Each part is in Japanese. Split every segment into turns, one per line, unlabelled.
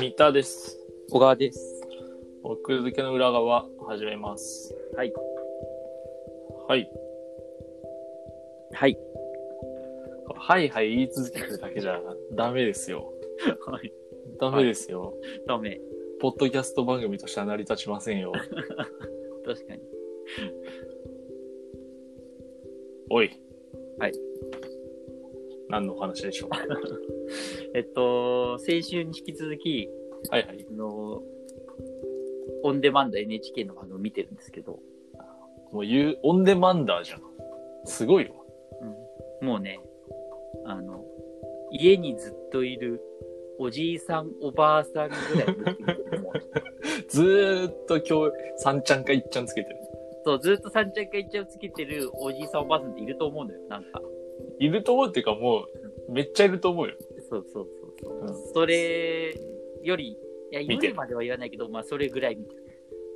三田です。
小川です。
奥付けの裏側始めます。
はい。
はい。
はい。
はいはい言い続けるだけじゃダメですよ。
はい。
ダメですよ。
ダメ。
ポッドキャスト番組としては成り立ちませんよ。
確かに。
おい。
はい。
何のお話でしょうか。
えっと、先週に引き続き、
はいはい。
あの、オンデマンド NHK の番組見てるんですけど、
もう言う、オンデマンダーじゃん。すごいよ。
もうね、あの、家にずっといるおじいさん、おばあさんぐらいの人々 も
ずーっと今日、三ちゃんか一ちゃんつけてる。
そう、ずっと三ちゃんか一ちゃんつけてるおじいさん、おばあさんっていると思うのよ、なんか。
いると思うっていうかもう、めっちゃいると思うよ。
そうそうそうそう。
う
それより、いや、
見てる
今までは言わないけど、まあ、それぐらい見てる。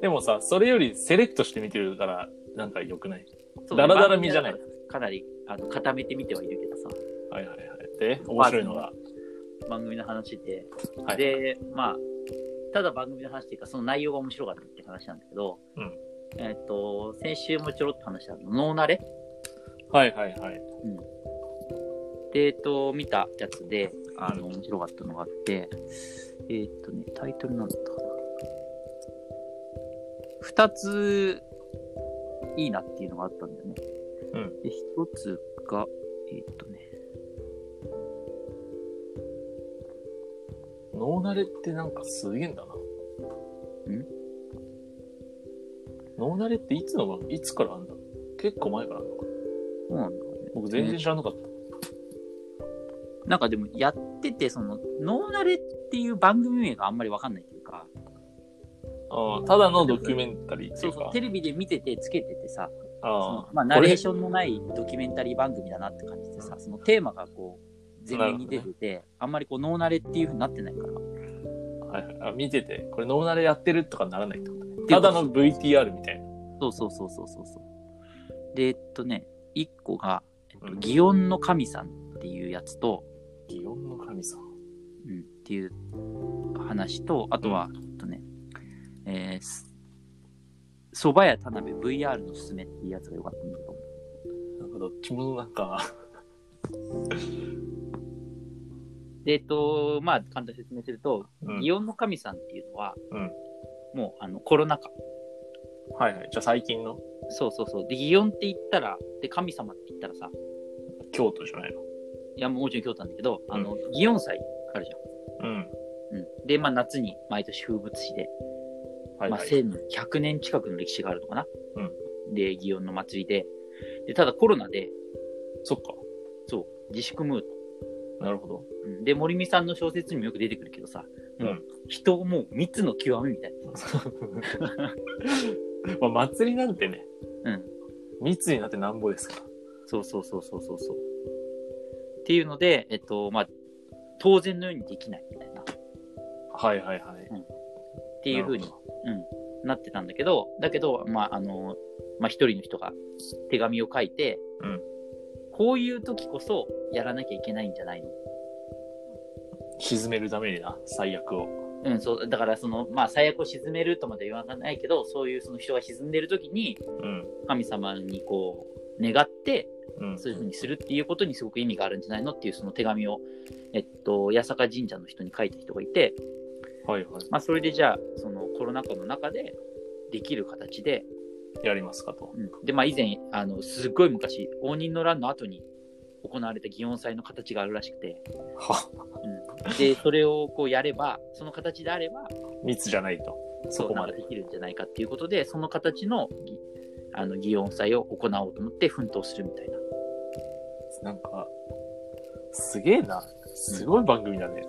でもさ、それよりセレクトして見てるから、なんか良くない
そう
だらだら見じゃない。
かなりあの固めてみてはいるけどさ、
はいはいはい。で、面白いのが。
番組の話で。
はい
で、まあ、ただ番組の話っていうか、その内容が面白かったって話なんだけど、
うん
えっ、と、先週もちょろっと話したの、脳慣れ
はいはいはい。
で、えっと、見たやつで、あの、
うん
面白かったのがあって、えっとね、タイトルなんだったかな。二ついいなっていうのがあったんだよね。
うん
で、一つが、えっとね、
脳慣れってなんかすげえんだな。
ん
脳慣れっていつの番いつからあんだ結構前からあんのか
そうなんだろうね。
僕全然知らなかった。
なんかでもやってて、その、脳慣れっていう番組名があんまりわかんないっていうか、
ああただのドキュメンタリーって
そ
いうう
そう
か。
テレビで見ててつけててさ、そ
あ
の
あ
まあ、ナレーションのないドキュメンタリー番組だなって感じでさ、そのテーマがこう、前面に出てて、あんまりこう、脳慣れっていうふうになってないから。
はいはいあ見てて、これ脳慣れやってるとかならないってことね。ただの VTR みたいな。
そうそうそうそうそうそう。で、えっとね、一個が、えっと
うん
祇園の神さんっていうやつと、
祇園の神様。
うん、っていう話と、あとは、えっとね、えー、す蕎麦屋田辺 VR のすすめっていうやつが良かったんだけど、
なんかどっちもなんか、
で、えっと、まあ、簡単に説明すると、
うん
祇園の神さんっていうのは、
うん
もうあのコロナ禍。
はいはい。じゃあ最近の
そうそうそう。で、祇園って言ったら、で、神様って言ったらさ、
京都じゃないの。
いや、もうもちろん京都なんだけど、あの、祇園祭あるじ
うん。
ゃん。うん。で、まあ、夏に毎年風物詩で、
はい
まあ、
はい。
1100年近くの歴史があるのかな。
う
で、祇園の祭りで。で、ただコロナで、
そっか。
そう、自粛ムード。
なるほど。
うんで、森美さんの小説にもよく出てくるけどさ、もう、
うん
人もう密の極みみたい
まあ祭りなんてね、
な。うん。
密になってなんぼですから。
そうそうそうそうそうそう。っていうので、えっと、まあ、当然のようにできないみたいな、っ
はいはいはい。
ていうふ
な
うに
るほ
なってたんだけど、だけど、まあ、あの、まあ、一人の人が手紙を書いて、
うん
こういう時こそやらなきゃいけないんじゃないの
ど沈めるためにな、最悪を。
うん、そう、だからその、まあ、最悪を沈めるとまでは言わないけど、そういうその人が沈んでる時に、
うん。
神様にこう、願って、
うん。
そういうふうにするっていうことにすごく意味があるんじゃないのっていうその手紙を、えっと、八坂神社の人に書いた人がいて、
はいはい。
まあ、それでじゃあそのコロナ禍の中でできる形で,、
やりますかと。
でまあ、以前あのすっごい昔応仁の乱の後に行われた祇園祭の形があるらしくて、
は、
うんでそれをこうやればその形であれば
密じゃないと。そこま
そ
で
うなん。かできるんじゃないかっていうことでその形のぎあの祇園祭を行おうと思って奮闘するみたいな。
なんか、すげえな。すごい番組だね。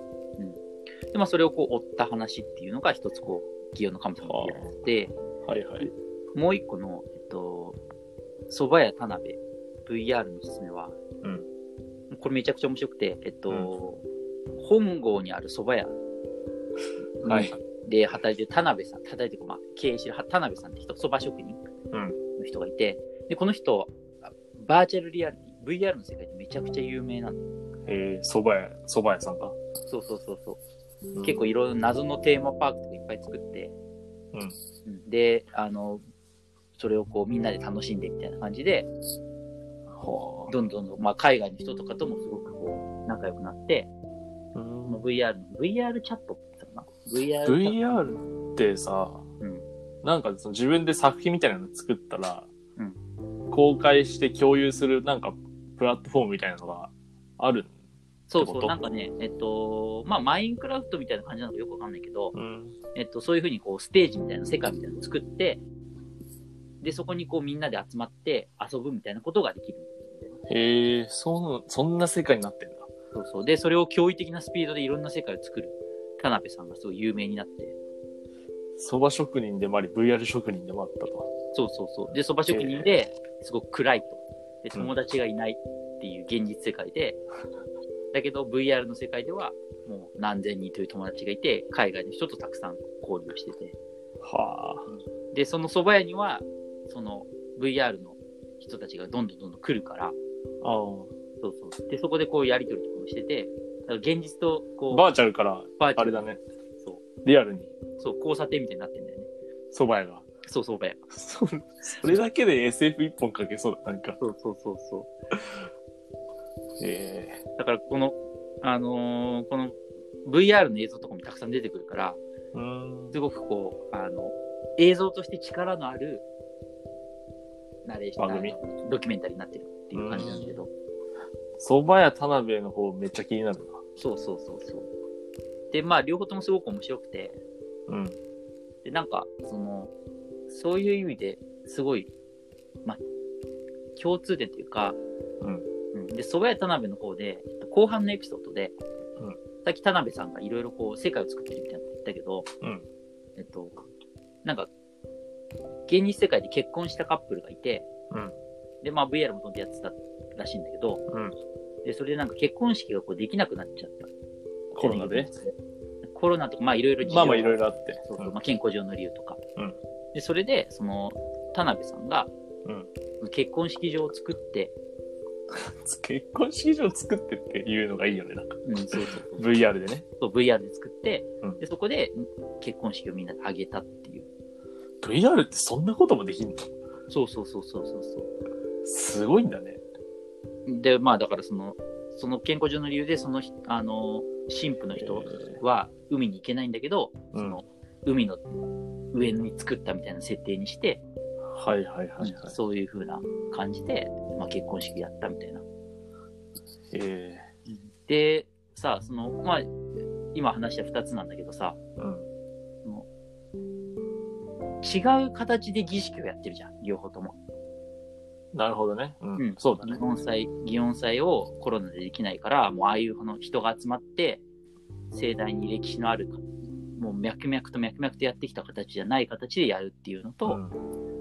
でまあ、それをこう追った話っていうのが一つこう祇園の神様ってやつで
はいはい。
もう一個の、えっと、蕎麦屋田辺 VR のおすすめは、
うん
これめちゃくちゃ面白くて、えっと、本郷にある蕎麦屋に
はい
で働いてる田辺さん、働いてる、まあ、経営してる田辺さんって人、蕎麦職人
うん
の人がいて、で、この人、バーチャルリアリティ、 VR の世界でめちゃくちゃ有名なんだよ
えー、蕎麦屋、蕎麦屋さんか。
そうそうそうそう。結構いろいろ謎のテーマパークとかいっぱい作って、うんであのそれをこうみんなで楽しんでみたいな感じで
構、は
どんどんどん、まあ、海外の人とかともすごくこう仲良くなっ
あ
て、
う
この
ん
VR の VR チャットって言ったかな VR チャッ
VR ってさ、
うん
なんかその自分で作品みたいなの作ったら、
う
公開して共有するなんかプラットフォームみたいなのがある。
トそう
って
そ
こ
う
と
なんかねえっとまあマインクラフトみたいな感じなのかよくわかんないけど、
うん。
えっと、そういうふうにこうステージみたいな世界みたいなのを作ってでそこにこうみんなで集まって遊ぶみたいなことができる
へえー、そう、そんな世界になってんだ。
そうそうでそれを驚異的なスピードでいろんな世界を作る田辺さんがすごい有名になって
蕎麦職人でもあり、VR 職人でもあったと。
そうそうそう。で、そば職人ですごく暗いと。で、友達がいないっていう現実世界 で、だけど VR の世界ではもう何千人という友達がいて、海外の人とたくさん交流してて。
は
で、その蕎麦屋には、その VR の人たちがどんどんどんどん来るから、
あ。あ
そうそう。で、そこでこうやりとりとかもしてて、だから現実とこ
あ。
う、
バーチャルから、
バーチャ
あれ
ル
だね。
そ
リアルに、
う、そう、交差点みたいになってんだよね。
蕎麦屋が。
そう、蕎麦屋。
そそれだけで SF 一本かけそうだ、なんか。
そうそうそうそう。
ええ
だからこの、あのーこの VR の映像とかもたくさん出てくるから、
ー。うん。
すごくこう、あの、映像として力のあるナレーション、
番組
あのドキュメンタリーになってるっていう感じなんだけど、
蕎麦屋田辺の方めっちゃ気になる
そうそうそうそう。で、まあ、両方ともすごく面白くて、
な。うん。
で、なんか、その、そういう意味ですごい、まあ、共通点というか、
うん
うんで、蕎麦屋田辺の方で、えっと後半のエピソードで、
うん
さっき田辺さんがいろいろこう、世界を作ってるみたいなの言ったけど、
うん
えっと、なんか、現実世界で結婚したカップルがいて、
うん
で、まあ VR も飛んでやってたらしいんだけど、
うん
で、それでなんか結婚式がこうできなくなっちゃった。
コロナで
コロナとか、まあいろいろ事情
まあまあ
が
いろいろあって。
そうそう
うん
まあ、健康上の理由とか、
うん
でそれでその田辺さんが、
うん
結婚式場を作って、
結婚式場作ってっていうのがいいよね、なんか。
うん、そうそうそう
VR でね。
そう VR で作って、
うん
でそこで結婚式をみんなであげたっていう
VR ってそんなこともできんの
そうそうそうそうそうそ
すごいんだね。
うでまあだからそのその健康上の理由でそのひあの神父の人
え
は海に行けないんだけど、
うん
その海の上に作ったみたいな設定にして、
はいはいはいはい。
そういう風な感じで、まあ、結婚式やったみたいな
え
でさそのまあ今話した2つなんだけどさ
ーうん。
違う形で儀式をやってるじゃん両方とも、
なるほどね。うん。
うん
そうだね。
祇園祭祇園祭をコロナでできないからもうああいうこの人が集まって盛大に歴史のあるもう脈々と脈々とやってきた形じゃない形でやるっていうの
う
と、
ん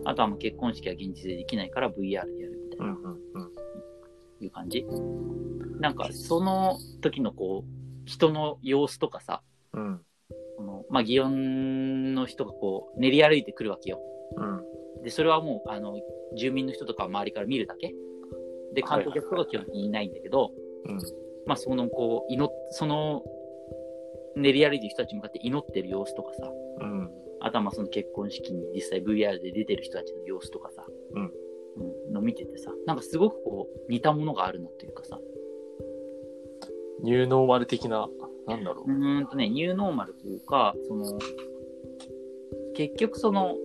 あとはもう結婚式は現実でできないから VR でやるみたいな、
うんうんうん。
いう感じなんかその時のこう人の様子とかさ
うん。
この、まあ、祇園の人がこう練り歩いてくるわけよ。
うん。
で、それはもう、あの、住民の人とかは周りから見るだけ。で、観光客とかは基本的にいないんだけど、
うん。
まあ、その、こう、祈っ、その、練り歩いてる人たちに向かって祈ってる様子とかさ、
うん。
あとはまあその結婚式に実際 VR で出てる人たちの様子とかさ、
うん
うんの見ててさ、なんかすごくこう、似たものがあるなというかさ、
ニューノーマル的な、なんだろ
うーんとね、ニューノーマルというか、その、結局その、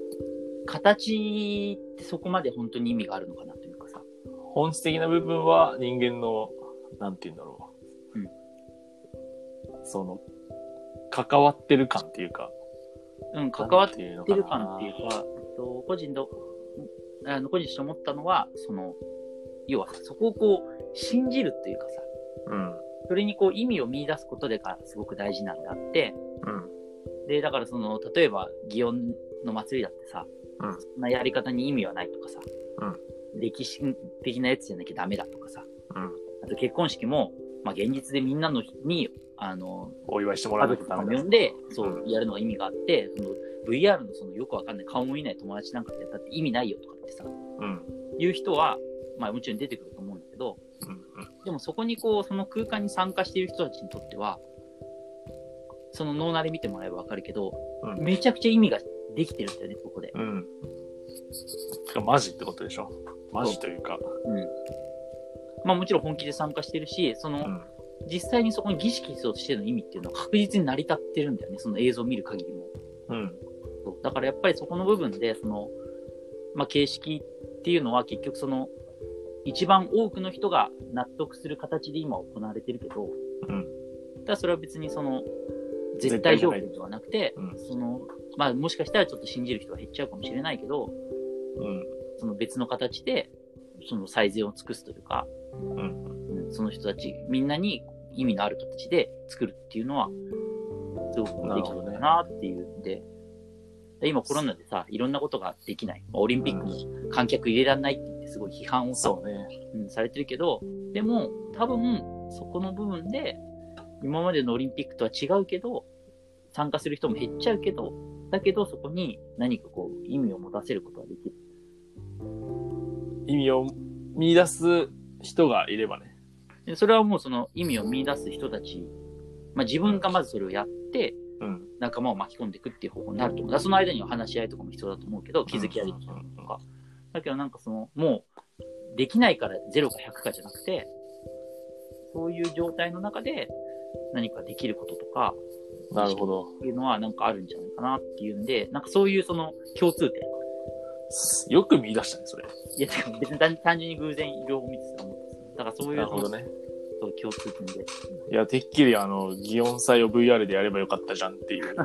形ってそこまで本当に意味があるのかなというかさ。
う。本質的な部分は人間の、なんて言うんだろう。
うん
その、関わってる感っていうか。
うん、関わっ
ってる
てる感っていうか、えっと個人の、あの個人として思ったのは、その、要はそこをこう、信じるというかさ、
うん。
それにこう意味を見出すことでがすごく大事なんだって、
うん。
で、だからその、例えば、祇園の祭りだってさ、
うん
そんなやり方に意味はないとかさ、
うん
歴史的なやつじゃなきゃダメだとかさ、
うん。
あと結婚式も、まあ、現実でみんなのに、あの、
お祝いしてもら
家
わなき
族
ゃ
と
ダ
かも
メだ、
呼んで、そううんやるのが意味があって、その VR のそのよくわかんない顔も見ない友達なんかでやったって意味ないよとかってさ、
うん。
いう人は、まあもちろん出てくると思うんだけど、でもそこにこう、その空間に参加している人たちにとっては、その脳慣れ見てもらえばわかるけど、
うん
めちゃくちゃ意味ができてるんだよね、ここで。
うん。てかマジってことでしょマジというか。
うん。まあもちろん本気で参加してるし、その、
うん
実際にそこに儀式必要としての意味っていうのは確実に成り立ってるんだよね、その映像を見る限りも。
うん。
そうだからやっぱりそこの部分でその、まあ、形式っていうのは結局その一番多くの人が納得する形で今行われてるけど、
うん
ただそれは別にその絶対条
絶
件ではなくて、
うん
そのまあ、もしかしたらちょっと信じる人が減っちゃうかもしれないけど
うん。
その別の形でその最善を尽くすというか、
ん
うんその人たちみんなに意味のある形で作るっていうのはすごくできたんだなっていうんで、で今コロナでさいろんなことができない、まあオリンピックも観客入れられないって言ってすごい批判をさ,
そうね。
うん、されてるけどでも多分そこの部分で今までのオリンピックとは違うけど参加する人も減っちゃうけどだけどそこに何かこう意味を持たせることができる
意味を見出す人がいればね。
でそれはもうその意味を見出す人たち、まあ、自分がまずそれをやって
うん。
仲間を巻き込んでいくっていう方法になると思う。だからその間には話し合いとかも必要だと思うけど、気づき合いできたりとか。だけどなんかその、もう、できないから0か100かじゃなくて、そういう状態の中で何かできることとか
なるほど。
っていうのはなんかあるんじゃないかなっていうんで、なんかそういうその共通点。
よく見出したね、それ。
いや、てか別に単単純に偶然両方見てたと思うんですよだからそうい
な
う
るほどね。
そう共通点で。
いや、てっきりあの、擬音祭を VR でやればよかったじゃんっていう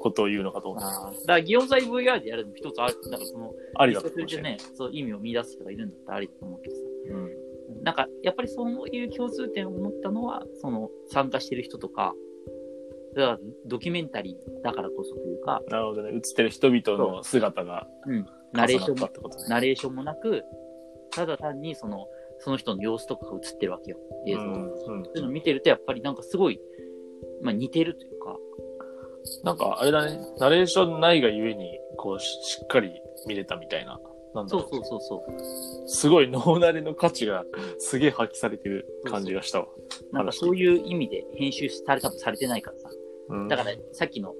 ことを言うのかと思った。
あーだから、擬音祭 VR でやるのも一つある。なんかその、
ありだ
そ
と
れ
思
で
う、
ね、そう意味を見出す人がいるんだったらありだと思うけどさ。
うん。
なんか、やっぱりそういう共通点を持ったのは、その、参加してる人とか、だからドキュメンタリーだからこそというか、
なるほどね。映ってる人々の姿が
うん、ナレ
重なっ
ーション
た
も
っ、てことね。
ナレーションもなく、ただ単にその、その人の様子とかが映ってるわけよ、映像。
う
そ
んうん
ういうのを見てると、やっぱりなんかすごい、まあ似てるというか、
なんかあれだね、ナレーションないがゆえに、こうし、しっかり見れたみたいな。なんだ
そ
ろ
うそうそうそう。
すごい脳慣れの価値がすげえ発揮されてる感じがしたわ。
なんかそういう意味で編集されたもされてないからさ。
うん
だから、さっきの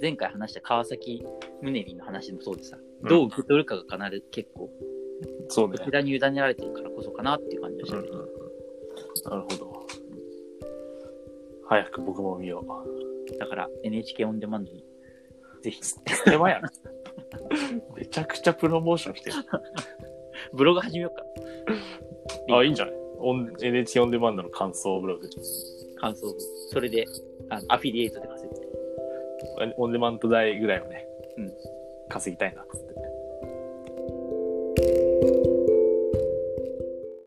前回話した川崎宗理の話でもそうでさ、どう受け取るかが必ず結構
そうね
こ。ちらに委ねられてるからこそかなっていう感じがし
う
て
んうんうんなるほど。早く僕も見よう。
だから NHK オンデマンドにぜひ
手間 やん。めちゃくちゃプロモーションしてる。
ブログ始めよう か
あ、いいんじゃないオン ?NHK オンデマンドの感想ブログ。
感想をそれであアフィリエイトで稼ぐ
オンデマンド代ぐらいをね、
うん
稼ぎたいなっつって。